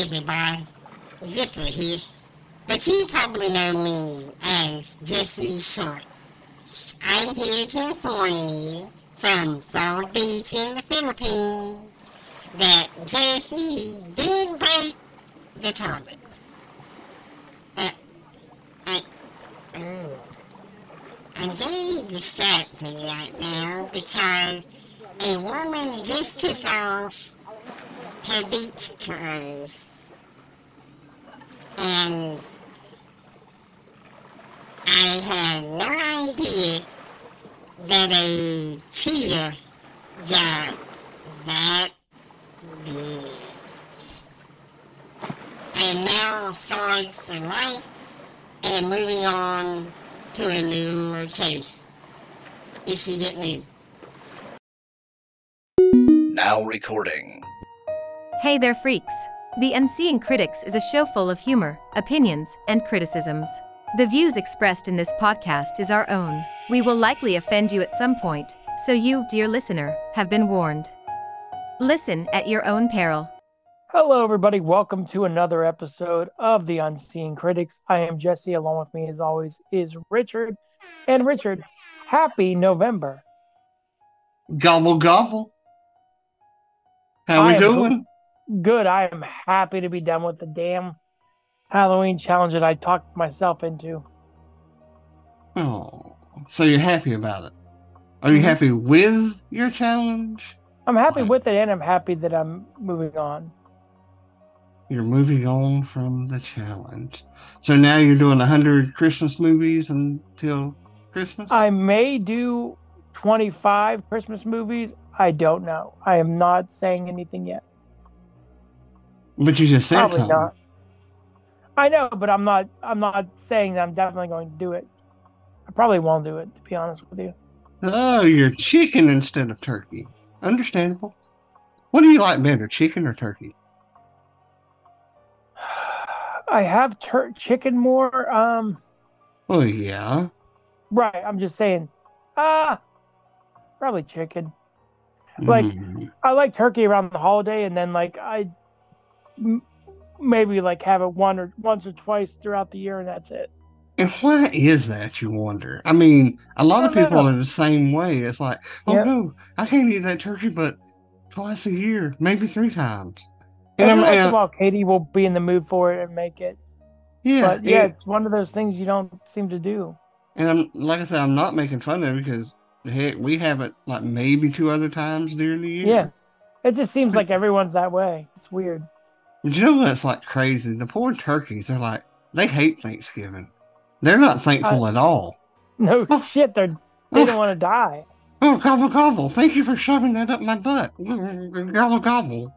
everybody. Zipper here. But you probably know me as Jesse Shorts. I'm here to inform you from South Beach in the Philippines that Jesse did break the toilet. Uh, I, oh, I'm very distracted right now because a woman just took off her beach clothes. And I had no idea that a cheetah got that big. And now scarred for life and moving on to a new location. If she didn't leave. Now recording. Hey there, freaks! The Unseeing Critics is a show full of humor, opinions, and criticisms. The views expressed in this podcast is our own. We will likely offend you at some point, so you, dear listener, have been warned. Listen at your own peril. Hello, everybody. Welcome to another episode of the Unseen Critics. I am Jesse. Along with me, as always, is Richard. And Richard, happy November. Gobble gobble. How I we am doing? Good. I am happy to be done with the damn Halloween challenge that I talked myself into. Oh, so you're happy about it? Are you Mhm. happy with your challenge? I'm happy Right. with it, and I'm happy that I'm moving on. You're moving on from the challenge. So now you're doing a hundred Christmas movies until Christmas. I may do 25 Christmas movies. I don't know. I am not saying anything yet. but you just said Probably something. not. I know, but I'm not. I'm not saying that I'm definitely going to do it. I probably won't do it, to be honest with you. Oh, you're chicken instead of turkey. Understandable. What do you like better, chicken or turkey? I have tur- chicken more. Um, Oh yeah. right. I'm just saying. Ah, probably chicken. Like- Mm. I like turkey around the holiday, and then like I m- maybe like have it one or once or twice throughout the year, and that's it. And why is that, you wonder? I mean, a lot of I don't people know. are the same way. It's like, oh Yeah. no, I can't eat that turkey but twice a year, maybe three times. And Every I'm, once in a and- while, Katie will be in the mood for it and make it. yeah, but yeah, and- it's one of those things you don't seem to do. and I'm like I said, I'm not making fun of it because heck, we have it like maybe two other times during the year. Yeah. It just seems like everyone's that way. It's weird. But you know what's like crazy? The poor turkeys, they're like, they hate Thanksgiving. They're not thankful at all. No Oh. shit, they're, they don't want to die. Oh, gobble gobble. Thank you for shoving that up my butt. Gobble gobble.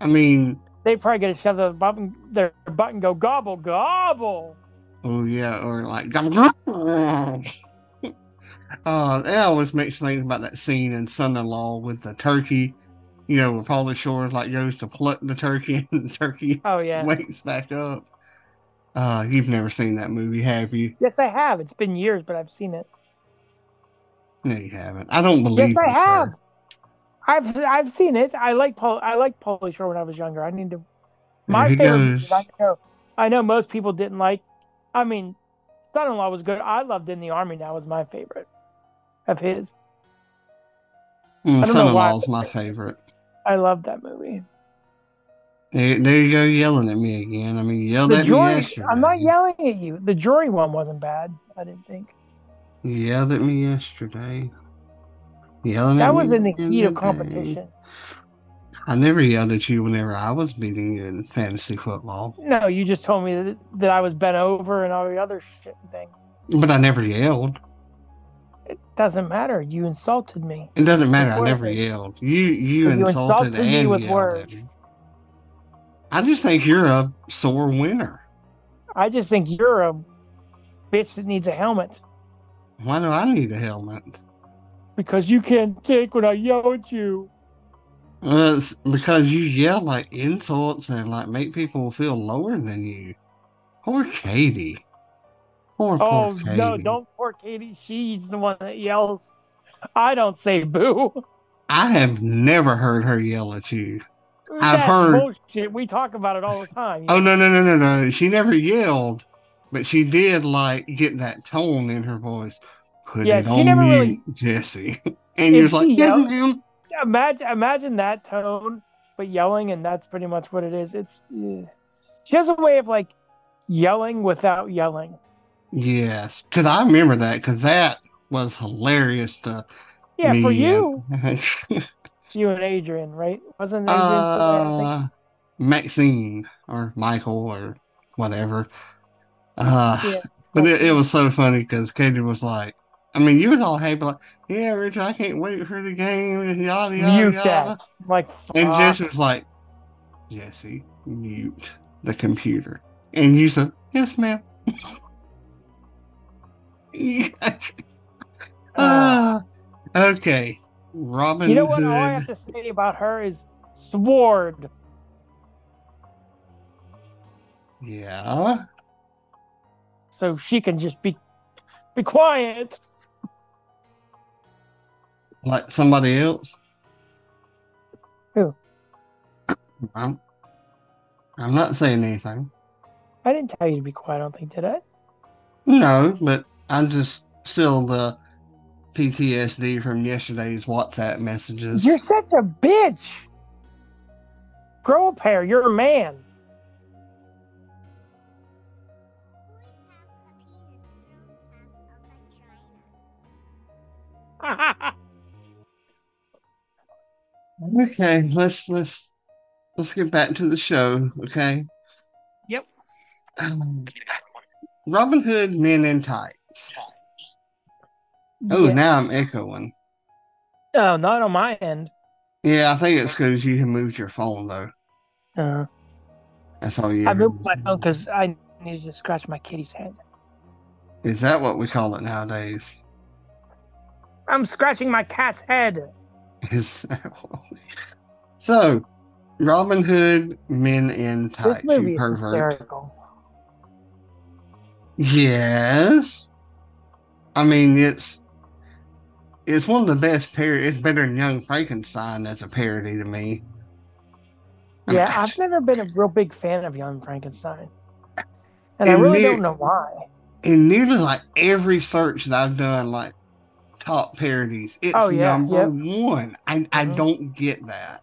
I mean, They probably get to shove the button, their butt and go gobble gobble. Oh yeah, or like gobble gobble. uh, that always makes me think about that scene in Son-in-Law with the turkey. You know, where Paula Shore like goes to pluck the turkey, and the turkey Oh yeah. wakes back up. Uh, you've never seen that movie, have you? Yes, I have. It's been years, but I've seen it. No, you haven't. I don't yes, believe. I you, sir. have. I've I've seen it. I like Paul. I like Paulie Shore when I was younger. I need to. There My he favorite. goes. I know. I know most people didn't like. I mean, Son-in-Law was good. I loved In the Army. That was my favorite of his. Mm, I don't know why, Son-in-Law's my favorite. I love that movie. There, there you go, yelling at me again. I mean, you yelled The at me jury. yesterday. I'm not yelling at you. The jury one wasn't bad. I didn't think. You yelled at me yesterday. Yelling at That me was in the again heat of today. competition. I never yelled at you whenever I was beating you in fantasy football, No, you just told me that, that I was bent over and all the other shit and thing. but I never yelled. Doesn't matter. You insulted me. It doesn't matter. I never Words. yelled. You you You insulted, insulted me and with yelled words. At me. I just think you're a sore winner. I just think you're a bitch that needs a helmet Why do I need a helmet? because you can't take when I yell at you. Well, it's Uh, because you yell like insults and like make people feel lower than you. Poor Katie. Poor Oh poor Katie. no! Don't poor Katie. She's the one that yells. I don't say boo. I have never heard her yell at you. I've heard- bullshit. We talk about it all the time. Oh no no no no no! She never yelled, but she did like get that tone in her voice. Put Yeah, it she on never you, really- Jesse. And you're If like, she yeah, yelled- ma'am. imagine imagine that tone but yelling and that's pretty much what it is it's eh. she has a way of like yelling without yelling yes, because I remember that because that was hilarious to yeah me. Uh, for you and- you and adrian right wasn't adrian for that, I think? uh, Maxine or Michael or whatever. Uh, Yeah, but it, it was so funny because Katie was like, I mean, you was all happy, like, yeah, Richard, I can't wait for the game, and yada, yada, mute yada. that I'm like And fuck. Jesse was like, Jesse, mute the computer. And you said, yes, ma'am. Uh, Ah, okay. Robin you know what all i Hood. have to say about her is sword Yeah. so she can just be be quiet Like somebody else? Who? I'm, I'm not saying anything. i didn't tell you to be quiet i don't think did i No, but I'm just still the PTSD from yesterday's WhatsApp messages. you're such a bitch grow a pair you're a man Okay, let's let's let's get back to the show, okay? Yep. Um, Robin Hood Men in Tights. Oh, Yeah. now I'm echoing. Oh, not on my end. Yeah, I think it's because you had moved your phone though. Uh, That's all you. I ever- moved my phone because I needed to scratch my kitty's head. Is that what we call it nowadays? I'm scratching my cat's head. Is so Robin Hood Men in Tights. This movie You is pervert. hysterical. Yes. I mean it's it's one of the best parody. It's better than Young Frankenstein as a parody to me. I mean, Yeah, I've never been a real big fan of Young Frankenstein, and I And really near- don't know why. in nearly like every search that I've done, like top parodies, it's Oh, yeah, number one. I I Mhm. don't get that.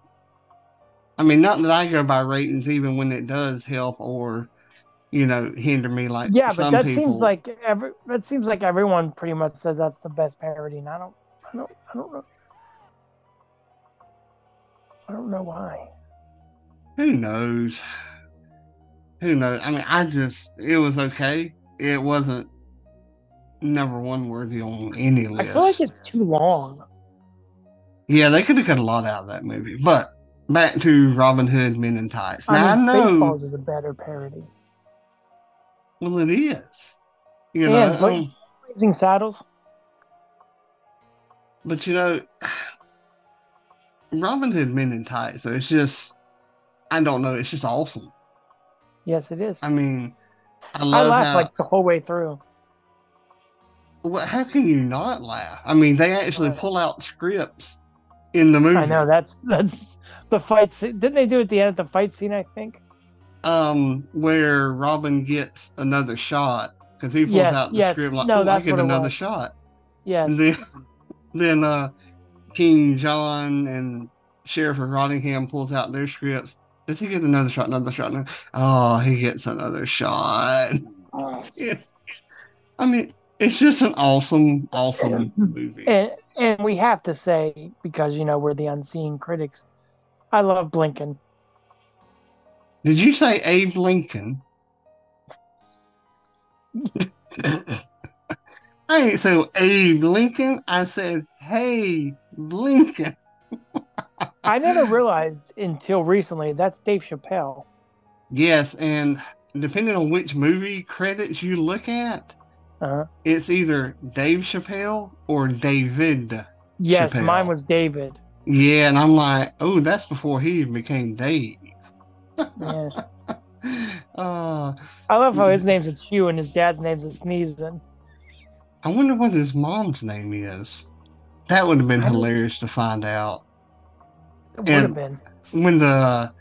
I mean, not that I go by ratings, even when it does help or, you know, hinder me. Like Yeah, but some that people, seems like every that seems like everyone pretty much says that's the best parody, and I don't, I don't, I don't know. I don't know why. who knows? Who knows? I mean, I just it was okay. It wasn't number one worthy on any I list. feel like it's too long. Yeah, they could have cut a lot out of that movie. But back to Robin Hood Men in Tights. Now I I, mean, know Spaceballs is a better parody. well it is. You know, Yeah, um, but- but, Blazing Saddles. you know Robin Hood Men in Tights, so it's just I don't know, it's just awesome. Yes, it is. I mean I I love laughed how like the whole way through. well, how can you not laugh? I mean they actually Right. pull out scripts in the movie. I know that's that's the fight. Scene. Didn't they do it at the end of the fight scene? I think. um where Robin gets another shot because he pulls Yes, out the yes. script like, No, oh, I that's get what it another was. shot. Yes. And then, then uh, King John and Sheriff of Rottingham pulls out their scripts. Does he get another shot? Another shot? Another... Oh, he gets another shot. It's- I mean, it's just an awesome, awesome movie. And and we have to say because you know we're the unseen critics. I love Blinken. Did you say Abe Lincoln? I ain't so Abe Lincoln. I said, hey, Lincoln. I never realized until recently that's Dave Chappelle. Yes, and depending on which movie credits you look at, Uh-huh. it's either Dave Chappelle or David. Yes, Chappelle. mine was David. Yeah, and I'm like, oh, that's before he even became Dave. Yeah. Uh, I love how his name's a chew and his dad's name's a sneezing. I wonder what his mom's name is. That would have been I don't- hilarious to find out. It would have And- been. when the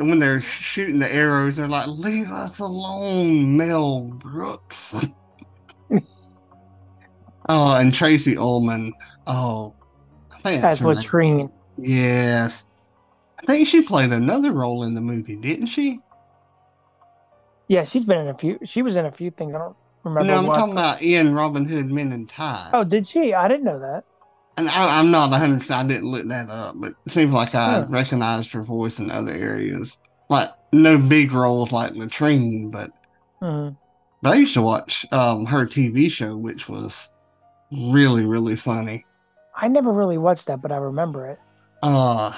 And when they're shooting the arrows, they're like, "Leave us alone, Mel Brooks." oh, and Tracy Ullman. Oh, I think That's that's, her name. Latrine. Yes, I think she played another role in the movie, didn't she? Yeah, she's been in a few. She was in a few things. I don't remember. no, I'm what. talking about Ian Robin Hood Men in Tights. Oh, did she? I didn't know that. And I, I'm not 100%, I didn't look that up, but it seems like I Huh. recognized her voice in other areas. Like, no big roles like Latrine, but, Mhm. but I used to watch um, her TV show, which was really, really funny. I never really watched that, but I remember it. Uh,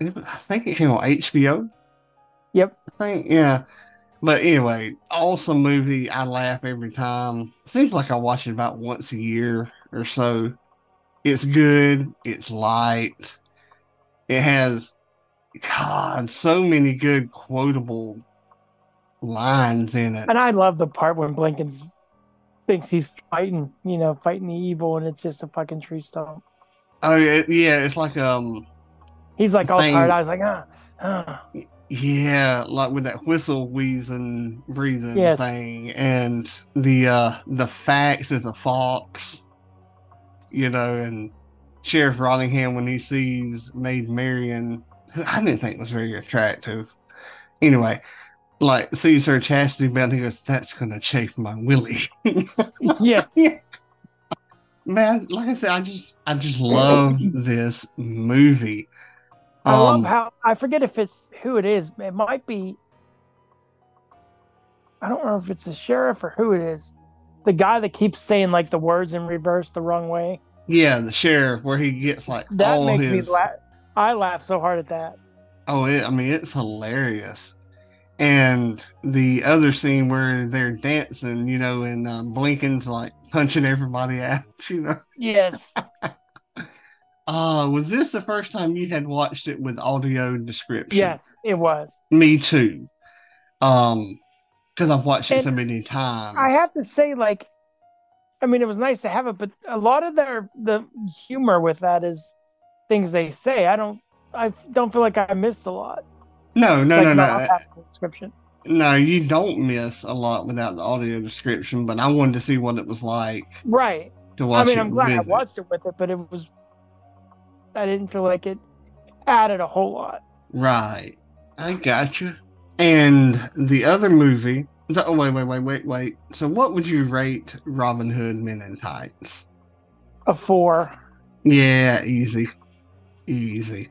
it was- I think it came on HBO. Yep. I think, yeah. But anyway, awesome movie. I laugh every time. Seems like I watch it about once a year or so. It's good. It's light. It has, God, so many good quotable lines in it. And I love the part when Blinkens thinks he's fighting, you know, fighting the evil, and it's just a fucking tree stump. Oh, it, yeah. It's like, um, He's like all Thing. tired. I was like, ah, ah. Yeah, like with that whistle wheezing breathing Yes. thing and the uh the fax is a fox, you know, and Sheriff Rottingham when he sees Maid Marian, who I didn't think was very attractive. Anyway, like sees her chastity belt, he goes, That's gonna chafe my willy. yeah. Man, like I said, I just I just love this movie. I Um, love how I forget if it's who it is. It might be. I don't know if it's the sheriff or who it is. The guy that keeps saying like the words in reverse the wrong way. yeah, the sheriff where he gets like That all makes his me laugh. I laugh so hard at that. Oh, it, I mean, it's hilarious. And the other scene where they're dancing, you know, and um, Blinken's like punching everybody out, you know. Yes. Uh, was this the first time you had watched it with audio description? yes, it was. Me too. Um, because I've watched it so And many times. I have to say, like, I mean, it was nice to have it, but a lot of their the humor with that is things they say. I don't, I don't feel like I missed a lot. No, no, like, no, no. not having the Description. No, you don't miss a lot without the audio description, but I wanted to see what it was like Right. to watch I mean, it I'm glad I with it. watched it. with it, but it was, I didn't feel like it added a whole lot. Right. I got you. And the other movie. so- oh, wait, wait, wait, wait, wait. So, what would you rate Robin Hood Men in Tights? A four. Yeah, easy. Easy.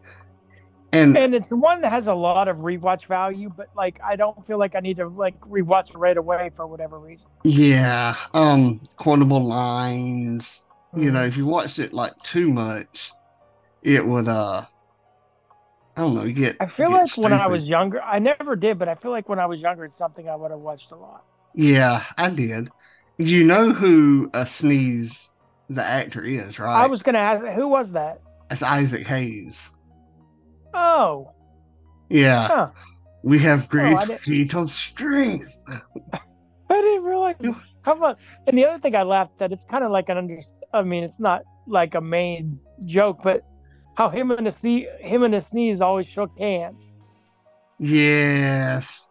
And, And it's one that has a lot of rewatch value, but like, I don't feel like I need to like rewatch it right away for whatever reason. yeah, um, quotable lines. You Mm-hmm. know, if you watched it like too much, it would, uh, I don't know, get. I feel get like when I stupid. was younger, I never did, but I feel like when I was younger, it's something I would have watched a lot. Yeah, I did. You know who a sneeze the actor is, right? I was gonna ask, who was that? It's Isaac Hayes. Oh, Yeah. Huh. We have great Oh, I didn't- fetal strength. I didn't realize. No. How about? And the other thing I laughed at, it's kind of like an under. I mean, it's not like a main joke, but how him and the sneeze, him and the sneeze always shook hands. Yes.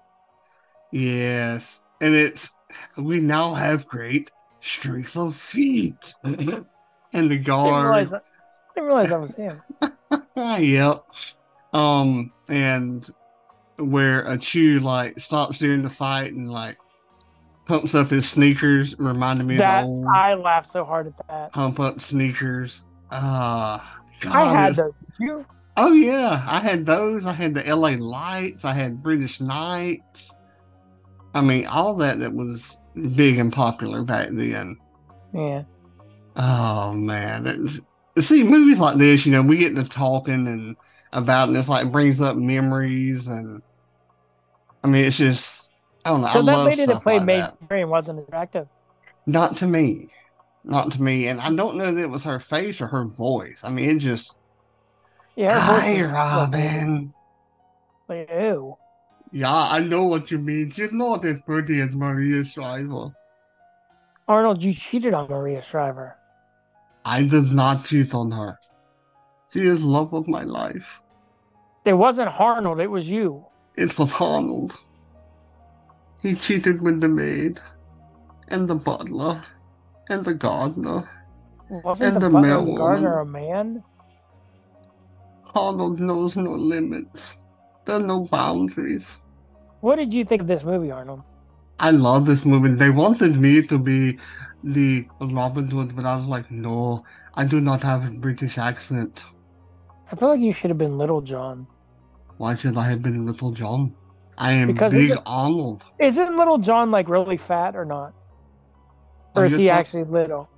Yes. And it's we now have great strength of feet. and the I didn't realize guard. Ah, that, I didn't realize that was him. yep. Um and where a chew like stops during the fight and like pumps up his sneakers, reminded me that of the old I laughed so hard at that. pump up sneakers. Ah, God, I had it's- those. Did You? Oh yeah, I had those. I had the LA Lights. I had British Knights. I mean, all that that was big and popular back then. Yeah. Oh man, it's, see movies like this, you know, we get to talking and about, it, and it's like brings up memories, and I mean, it's just I don't know. So that I love lady that stuff played like Maid that. Marian wasn't attractive. Not to me, not to me, and I don't know that it was her face or her voice. I mean, it just ah, Yeah. Her voice hi, was- Robin. Like, ew. Yeah, I know what you mean. She's not as pretty as Maria Shriver. Arnold, you cheated on Maria Shriver. I did not cheat on her. She is love of my life. It wasn't Arnold. It was you. It was Arnold. He cheated with the maid, and the butler, and the gardener. Wasn't And the, the butler male and the gardener a man? Arnold knows no limits. There are no boundaries. What did you think of this movie, Arnold? I love this movie. They wanted me to be the Robin Hood, but I was like, no, I do not have a British accent. I feel like you should have been Little John. Why should I have been Little John? I am Because he Big just- Arnold. Isn't Little John like really fat or not? Or I'm is just he not- actually little?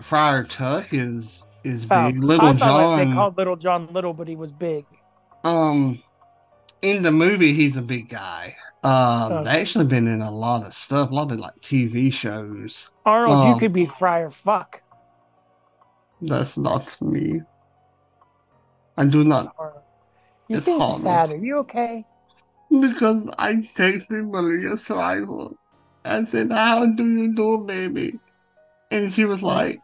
Friar Tuck is is big. Oh, Little I thought like, John. they called Little John little, but he was big. Um, in the movie, he's a big guy. Um, Oh. they actually been in a lot of stuff, a lot of like TV shows. Arnold, Oh. you could be Friar Fuck. That's not me. I do not Arnold. You Uh, It's seem Arnold. sad. Are you okay? Because I texted Maria's rival. I said, How do you do, baby? And she was like,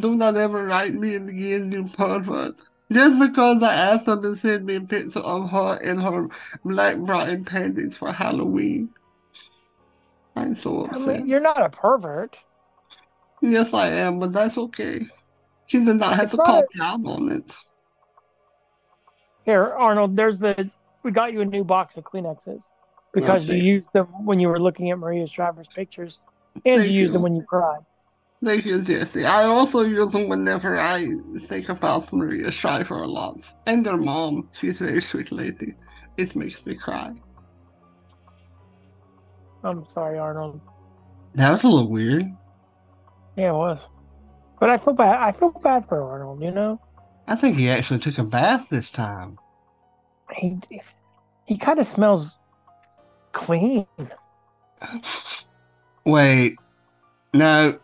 Do not ever write me again, you pervert. Just because I asked her to send me a picture of her in her black bra and panties for Halloween. I'm I so upset. mean, you're not a pervert. Yes, I am, but that's okay. She did not have It's to not call a- me out on it. Here, Arnold, there's the. We got you a new box of Kleenexes because you Okay. used them when you were looking at Maria Shriver's pictures and Thank you used them you. when you cried. Thank you, Jesse. I also use them whenever I think about Maria Shriver a lot. And their mom. She's a very sweet lady. It makes me cry. I'm sorry, Arnold. That was a little weird. Yeah, it was. But I feel bad. I feel bad for Arnold. You know, I think he actually took a bath this time. he he kind of smells clean. Wait. No.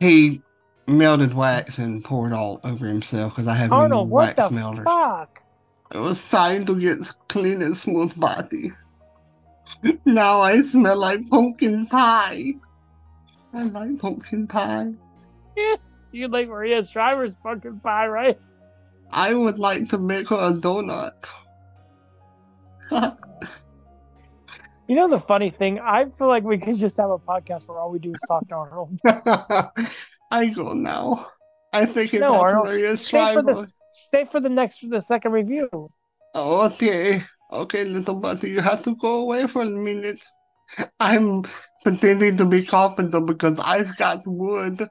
He melted wax and poured all over himself because I have one of Arnold, them what wax the melters. fuck? It was time to get clean and smooth body. now I smell like pumpkin pie. I like pumpkin pie. You like Maria Shriver's fucking pie, right? I would like to make her a donut. You know the funny thing? I feel like we could just have a podcast where all we do is talk to Arnold. I go now. I think it's No, Arnold, Maria Stay for Shriver. the stay for the next the second review. Oh, okay. Okay, little buddy, you have to go away for a minute. I'm pretending to be carpenter because I've got wood.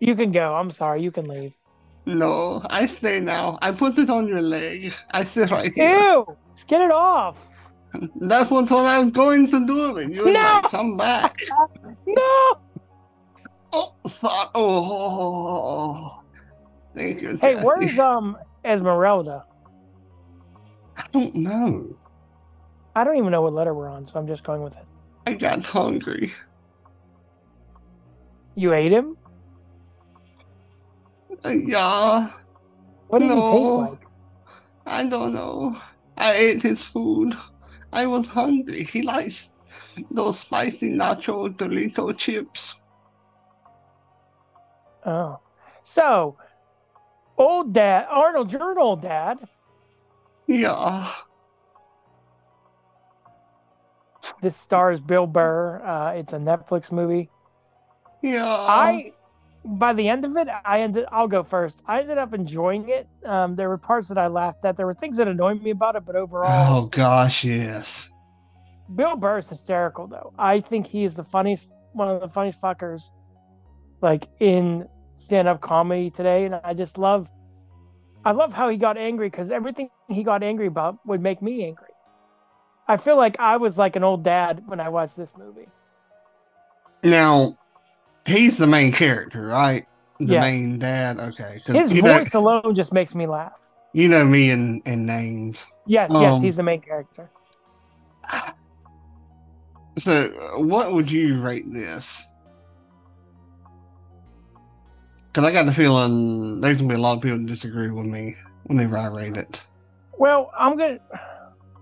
You can go. I'm sorry. You can leave. No, I stay now. I put it on your leg. I sit right here. Ew! Get it off! That was what I was going to do. And you were No! like, come back. No! Oh, sorry. Oh, thank you. Hey, Jesse. where's um Esmeralda? I don't know. I don't even know what letter we're on, so I'm just going with it. I got hungry. You ate him? Uh, Yeah, What did No. he taste like? I don't know. I ate his food. I was hungry. He likes those spicy nacho Dorito chips. Oh. So, old dad, Arnold, you're an old dad. Yeah. This stars Bill Burr. Uh, it's a Netflix movie. Yeah. I, by the end of it, I ended. I'll go first. I ended up enjoying it. Um, there were parts that I laughed at. There were things that annoyed me about it, but overall, Oh, gosh, yes. Bill Burr is hysterical though. I think he is the funniest, one of the funniest fuckers, like in stand-up comedy today. And I just love, I love how he got angry because everything he got angry about would make me angry. I feel like I was like an old dad when I watched this movie. Now, he's the main character, right? The Yes. main dad. Okay. 'Cause His you voice know, alone just makes me laugh. you know me in, in names. Yes, yes, Um, he's the main character. So, uh, what would you rate this? Because I got the feeling there's gonna be a lot of people that disagree with me whenever I rate it. Well, I'm gonna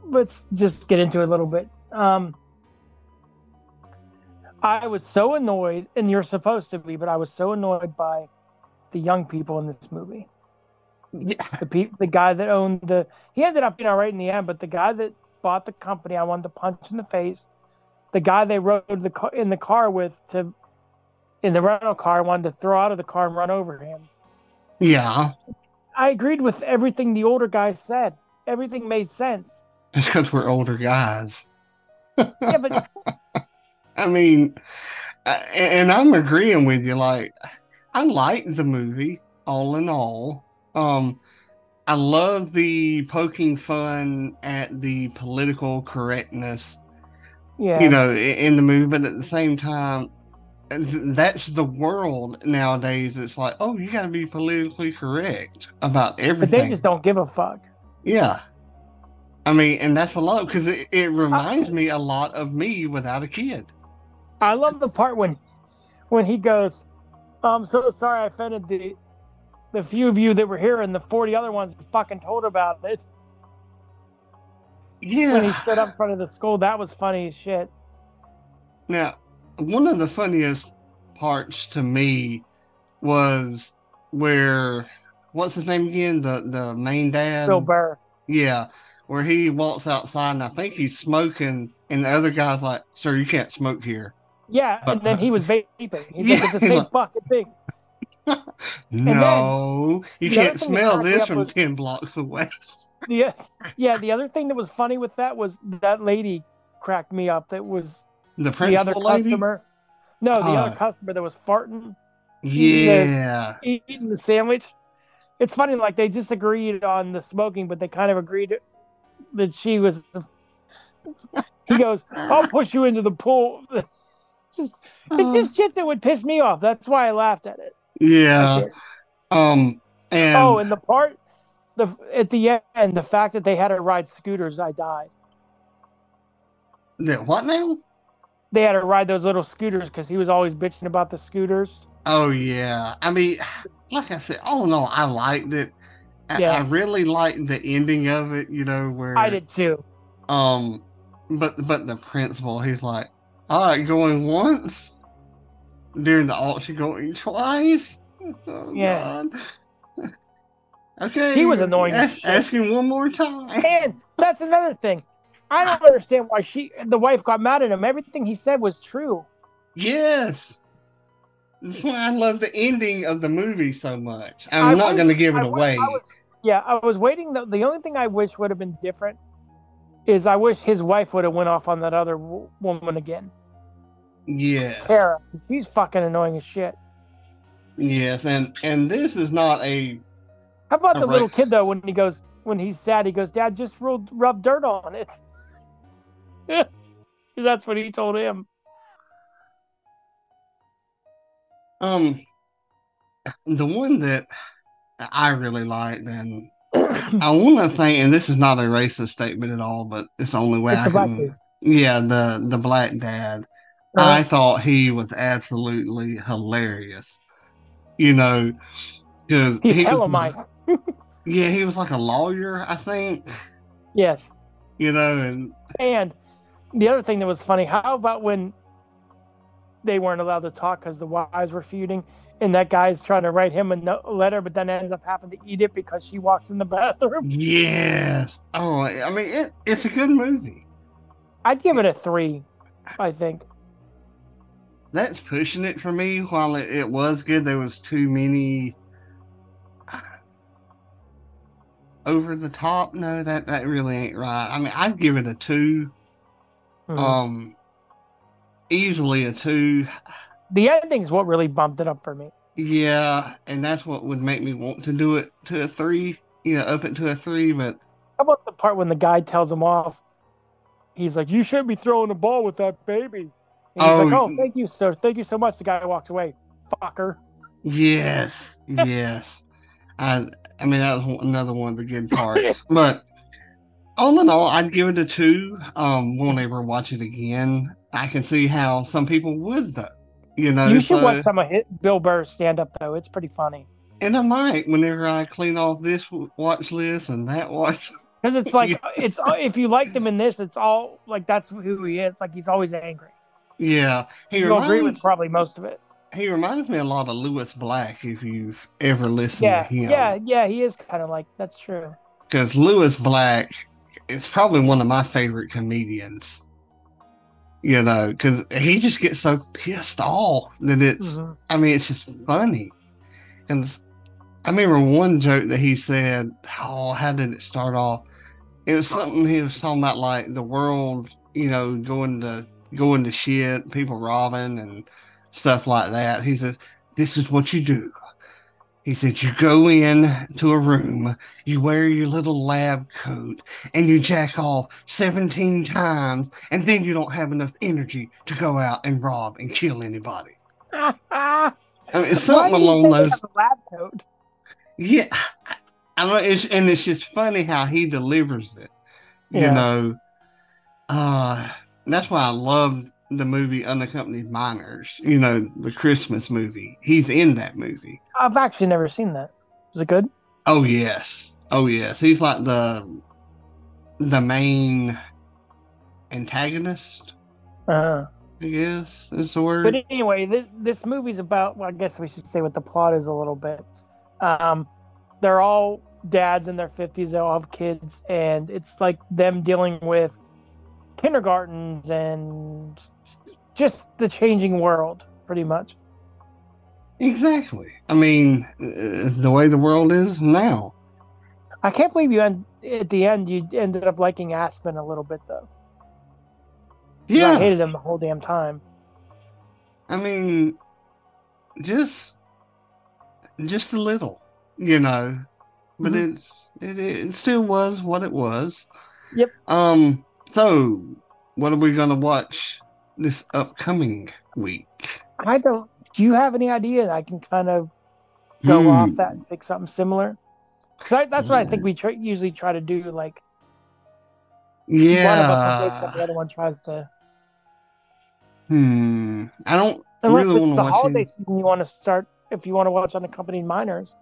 let's just get into it a little bit. Um, I was so annoyed, and you're supposed to be, but I was so annoyed by the young people in this movie. Yeah. the pe- the guy that owned the he ended up being all right in the end, but the guy that bought the company, I wanted to punch in the face. The guy they rode the car in the car with to in the rental car I wanted to throw out of the car and run over him. Yeah. I agreed with everything the older guy said. Everything made sense. It's because we're older guys. Yeah, but I mean, I- and I'm agreeing with you. Like, I like the movie all in all. Um, I love the poking fun at the political correctness, yeah, you know, i- in the movie. But at the same time, th- that's the world nowadays. It's like, oh, you got to be politically correct about but everything. they just don't give a fuck. Yeah. I mean, and that's what I love because it, Uh, it reminds me a lot of me without a kid. I love the part when when he goes, I'm so sorry I offended the the few of you that were here and the forty other ones that fucking told about it. When he Yeah. stood up in front of the school, that was funny as shit. Now, one of the funniest parts to me was where what's his name again? The the main dad. Bill Burr. Yeah, where he walks outside and I think he's smoking, and the other guy's like, "Sir, you can't smoke here." Yeah, and then he was vaping. He's Yeah, like, it's the he's same like- fucking thing. then No, you the other thing can't that smell cracked me this up from was- ten blocks away. Yeah, yeah. The other thing that was funny with that was that lady cracked me up. That was The the other principal lady. customer. No, the Uh. other customer that was farting, She's a- Yeah. eating the sandwich. It's funny, like they just agreed on the smoking, but they kind of agreed that she was. The... He goes, "I'll push you into the pool." It's just, it's just shit that would piss me off. That's why I laughed at it. yeah. Um. Uh, And oh, and the part, the at the end, the fact that they had to ride scooters, I died. the, what now? They had to ride those little scooters because he was always bitching about the scooters. Oh yeah. I mean, like I said, all in all, I liked it. I, Yeah. I really liked the ending of it. You know where I did too. Um, but but the principal, he's like, all right, going once during the auction, going twice. Oh, Yeah. God. Okay. He was annoying as Ask, shit. ask him one more time. And that's another thing. I don't understand why she, the wife, got mad at him. Everything he said was true. Yes. That's why I love the ending of the movie so much. I I'm not wish- going to give it I wish- I away. was- yeah, I was waiting. The, the only thing I wish would have been different is I wish his wife would have went off on that other w- woman again. Yes. Tara, she's fucking annoying as shit. Yes, and and this is not a How about the Alright. little kid though? When he goes, when he's sad, he goes, "Dad, just rub, rub dirt on it." That's what he told him. um the one that I really liked and I want to think, and this is not a racist statement at all, but it's the only way It's I the black can. dude. Yeah, the the black dad. Uh-huh. I thought he was absolutely hilarious. You know, because He's he hella was mine. yeah, he was like a lawyer, I think. Yes. You know, and And the other thing that was funny, how about when they weren't allowed to talk because the wives were feuding, and that guy's trying to write him a no- letter, but then ends up having to eat it because she walks in the bathroom. yes, oh, I mean, it, it's a good movie. I'd give it a three, I think. that's pushing it for me. While it, it was good, there was too many uh, over the top. No, that that really ain't right. I mean, I'd give it a 2 Mhm. um, easily a two. the ending's what really bumped it up for me. Yeah, and that's what would make me want to do it to a three. You know, up it to a three, but How about the part when the guy tells him off? He's like, "You shouldn't be throwing the ball with that baby." And he's like, Oh, "Oh, thank you, sir. Thank you so much." The guy walks away. Fucker. yes, yes. I I mean that was one- another one of the good parts, but all in all, I'd give it a two. Um, won't ever watch it again. I can see how some people would though. You know, you should so- watch some of his, Bill Burr's stand up though. It's pretty funny. and I might whenever I clean off this w- watch list and that watch. Because it's like it's uh, if you liked him in this, it's all like that's who he is. Like he's always angry. Yeah, he You'll agree with reminds probably most of it. He reminds me a lot of Lewis Black, if you've ever listened Yeah, to him. yeah, yeah. He is kind of like that's true. Because Lewis Black is probably one of my favorite comedians. You know, because he just gets so pissed off that it's, Mhm. I mean, it's just funny. And it's- I remember one joke that he said, oh, how did it start off? It was something he was talking about, like the world, you know, going to going to shit, people robbing and stuff like that. He says, this is what you do. He said, you go in to a room, you wear your little lab coat, and you jack off 17 times, and then you don't have enough energy to go out and rob and kill anybody. Ah, ah. I mean, Uh, it's Why something do you along think they those. have a lab coat? Yeah, I- I know. It's and it's just funny how he delivers it. You Yeah. know, uh, that's why I love the movie Unaccompanied Minors. You know, the Christmas movie. He's in that movie. I've actually never seen that. Is it good? Oh yes, oh yes. He's like the the main antagonist. Uh-huh. I guess is the word. But anyway, this this movie's about. Well, I guess we should say what the plot is a little bit. Um, they're all dads in their fifties. They all have kids, and it's like them dealing with kindergartens and just the changing world, pretty much. exactly. I mean, uh, the way the world is now. I can't believe you end, at the end you ended up liking Aspen a little bit though. 'Cause Yeah. I hated him the whole damn time. I mean, just just a little, you know, but Mhm. it's it it still was what it was. Yep. Um. So, what are we gonna watch this upcoming week? I don't. Do you have any idea? I can kind of go off Hmm. that and pick something similar. Because that's what I think we try, usually try to do. Like one of us will pick Yeah. something, the other one tries to. Hmm. I don't Unless really it's want to the watch. holiday Any, season, you want to start if you want to watch unaccompanied minors.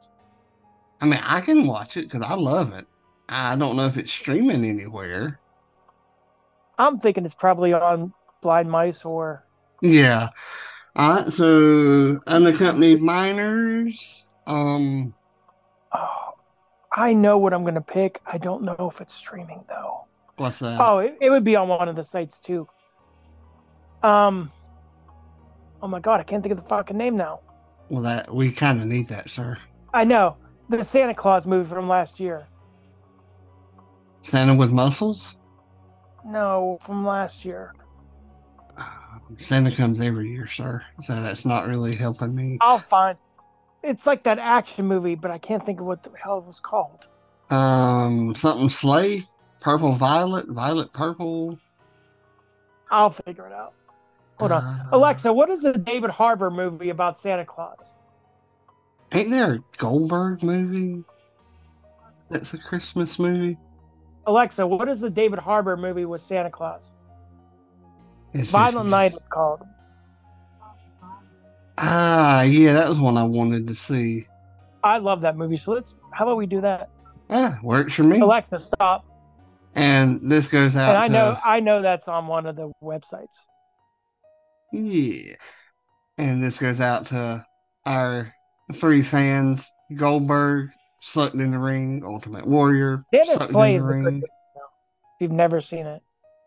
I mean, I can watch it because I love it. I don't know if it's streaming anywhere. I'm thinking it's probably on Blind Mice or Yeah. All right. So, unaccompanied minors. Um. Oh, I know what I'm going to pick. I don't know if it's streaming though. What's that? Oh, it, it would be on one of the sites too. Um. Oh my god, I can't think of the fucking name now. Well, that we kind of need that, sir. I know the Santa Claus movie from last year. Santa with muscles. No, from last year. Santa comes every year, sir. So that's not really helping me. I'll find. It's like that action movie, but I can't think of what the hell it was called. Um, something slay, purple violet, violet purple. I'll figure it out. Hold on, Uh, Alexa. What is the David Harbour movie about Santa Claus? Ain't there a Goldberg movie? That's a Christmas movie. Alexa, what is the David Harbour movie with Santa Claus? It's Violent just- Night is called. Ah, yeah, that was one I wanted to see. I love that movie. So let's. How about we do that? Ah, works for me. Alexa, stop. And this goes out. And I to, know, I know that's on one of the websites. Yeah. And this goes out to our three fans Goldberg, Sucked in the Ring, Ultimate Warrior, Santa Sucked Clay is in the a good movie. Ring. though, If you've never seen it,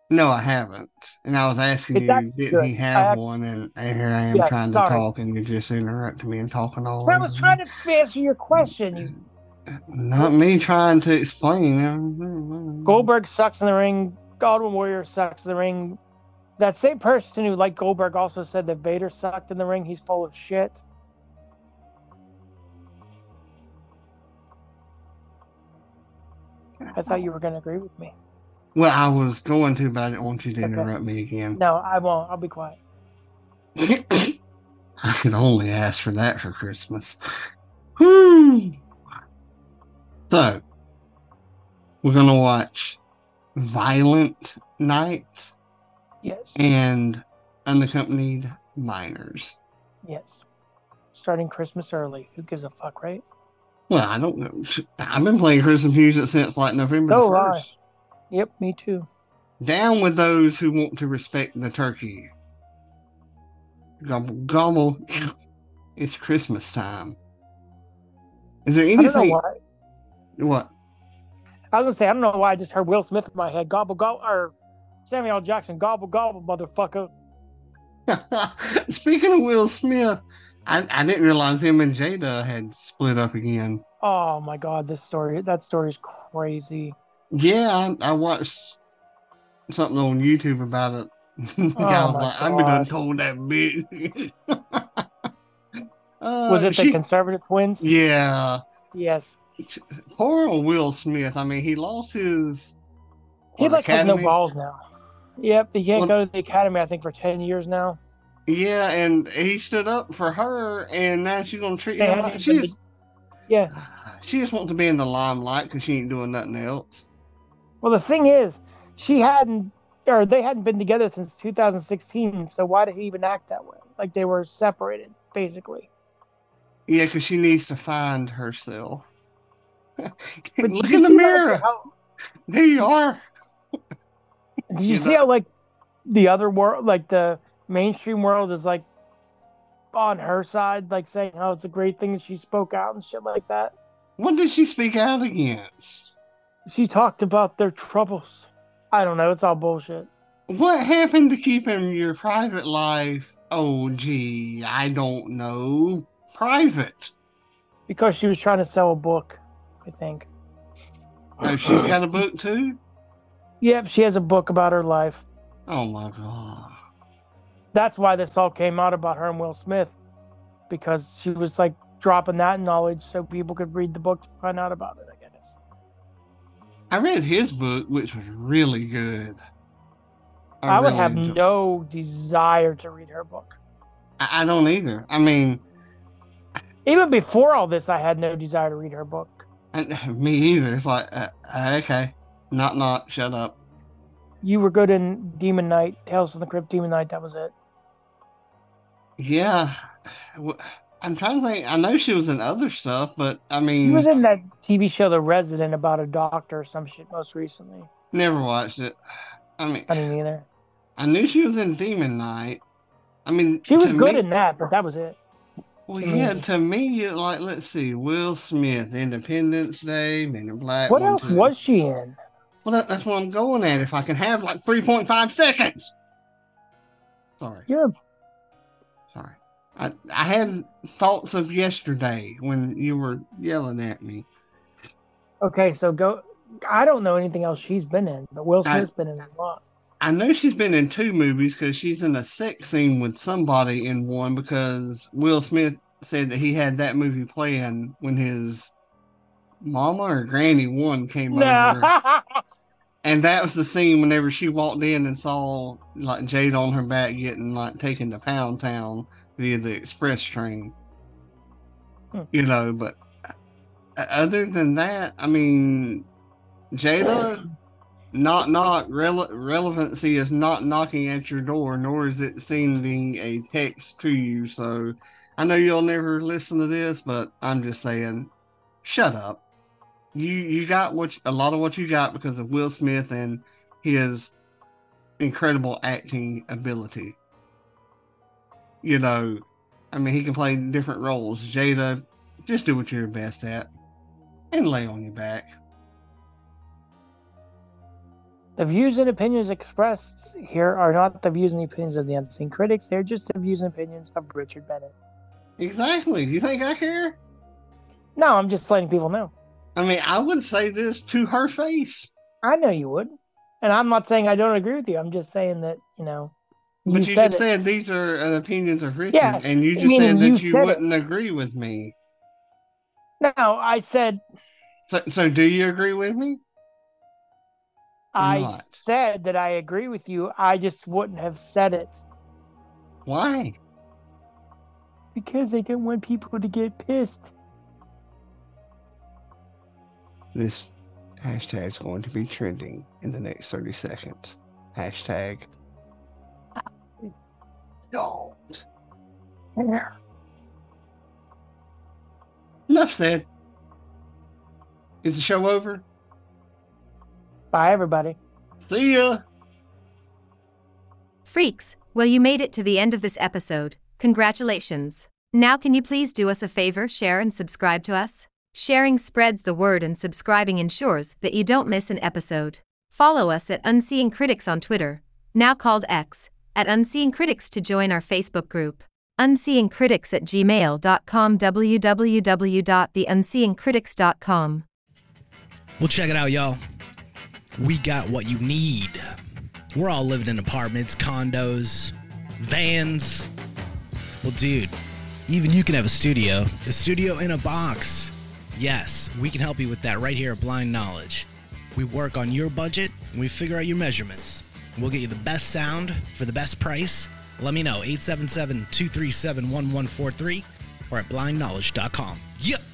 No, I haven't. And I was asking It's you, actually didn't good. he have act- one? And, and here I am Yeah, trying sorry. to talk, and you just interrupting me and talking all I over was trying me. to answer your question. You Not me trying to explain. Mm-hmm. Goldberg sucks in the ring. Godwin Warrior sucks in the ring. That same person who liked Goldberg also said that Vader sucked in the ring. He's full of shit. I thought you were going to agree with me. Well, I was going to, but I didn't want you to Okay. interrupt me again. No, I won't. I'll be quiet. I could only ask for that for Christmas. Hmm. So, we're going to watch Violent Night Yes. and Unaccompanied Minors. Yes. Starting Christmas early. Who gives a fuck, right? Well, I don't know. I've been playing Christmas music since like November So the have I. 1st. Yep, me too. Down with those who want to respect the turkey. Gobble, gobble. It's Christmas time. Is there I don't know anything? why. What? I was gonna say I don't know why I just heard Will Smith in my head. Gobble gobble or Samuel L. Jackson. Gobble gobble, motherfucker. Speaking of Will Smith, I, I didn't realize him and Jada had split up again. Oh my god, this story. That story's crazy. Yeah, I, I watched something on YouTube about it. The guy Oh was my like, I've been done gosh. told that bitch. Uh, Was it the she- conservative twins? yeah. Yes. Poor old Will Smith. I mean, he lost his. He what, like has no Academy? balls now. Yep, he can't Well- go to the academy. I think for ten years now. Yeah, and he stood up for her, and now she's gonna treat They him haven't like she even- is. Yeah. She just wants to be in the limelight because she ain't doing nothing else. Well, the thing is, she hadn't, or they hadn't been together since 2016. So why did he even act that way? Like they were separated, basically. Yeah, because she needs to find herself. But Look did you in the see how- mirror. how- There you are. did you You see know- how like the other world, like the mainstream world, is like on her side, like saying how it's a great thing that she spoke out and shit like that. What did she speak out against? She talked about their troubles. I don't know. It's all bullshit. What happened to keeping your private life? Oh, gee, I don't know. Private. Because she was trying to sell a book, I think. Oh, she's got a book too. Yep, she has a book about her life. Oh my god. that's why this all came out about her and Will Smith because she was like dropping that knowledge so people could read the book to find out about it, I guess. I read his book, which was really good. I, would really have enjoyed- no desire to read her book. I, I don't either. I mean, Even before all this, I had no desire to read her book. I, me either. It's like, uh, okay, knock knock, shut up. You were good in Demon Knight, Tales from the Crypt, Demon Knight, that was it. Yeah, W- I'm trying to think. I know she was in other stuff, but I She was mean, in that TV show The Resident about a doctor or some shit most recently. never watched it. I mean, I didn't either. I knew she was in Demon Knight. I mean, She was to good me- in that, but that was it. Well, to yeah, me. to me, it- like, let's see, Will Smith, Independence Day, Men in Black. What one, else two. was she in? Well, that, that's what I'm going at. If I can have like 3.5 seconds. Sorry, You're a sorry. I, I had thoughts of yesterday when you were yelling at me. Okay, so go. I don't know anything else she's been in, but Will I- Smith's been in a lot. I know she's been in two movies because she's in a sex scene with somebody in one because Will Smith said that he had that movie playing when his mama or granny one came over. No, And that was the scene whenever she walked in and saw like Jade on her back getting like taken to Pound Town via the express train. Hmm. You know, but uh, other than that, I mean, Jada, not knock rele- relevancy is not knocking at your door, nor is it sending a text to you. So I know you'll never listen to this, but I'm just saying, shut up you you got what a lot of what you got because of Will Smith and his incredible acting ability. You know, I mean, he can play different roles. Jada, just do what you're best at, and lay on your back. the views and opinions expressed here are not the views and opinions of the unseen critics. They're just the views and opinions of Richard Bennett. Exactly. You think I care? No, I'm just letting people know. I mean, I would say this to her face, I know you would, and I'm not saying I don't agree with you. I'm just saying that you know. but you, said just it. said these are uh, opinions of Richard, Yeah, and you I just mean, said you that you said it. wouldn't agree with me. No, I said So, so do you agree with me? I not. said that I agree with you. I just wouldn't have said it Why? because I didn't want people to get pissed. This hashtag's going to be trending in the next 30 seconds. Hashtag I don't care. Enough said. Is the show over? Bye, everybody. See ya. Freaks, well, you made it to the end of this episode. Congratulations. Now, can you please do us a favor, share and subscribe to us? Sharing spreads the word, and subscribing ensures that you don't miss an episode. Follow us at Unseeing Critics on Twitter, now called X, at Unseeing Critics to join our Facebook group. Unseeing Critics at gmail.com, www.theunseeingcritics.com. Well, check it out, y'all. We got what you need. We're all living in apartments, condos, vans. Well, dude, even you can have a studio. A studio in a box. Yes, we can help you with that right here at Blind Knowledge. We work on your budget and we figure out your measurements. We'll get you the best sound for the best price. Let me know 877 237 1143 or at blindknowledge.com. Yep.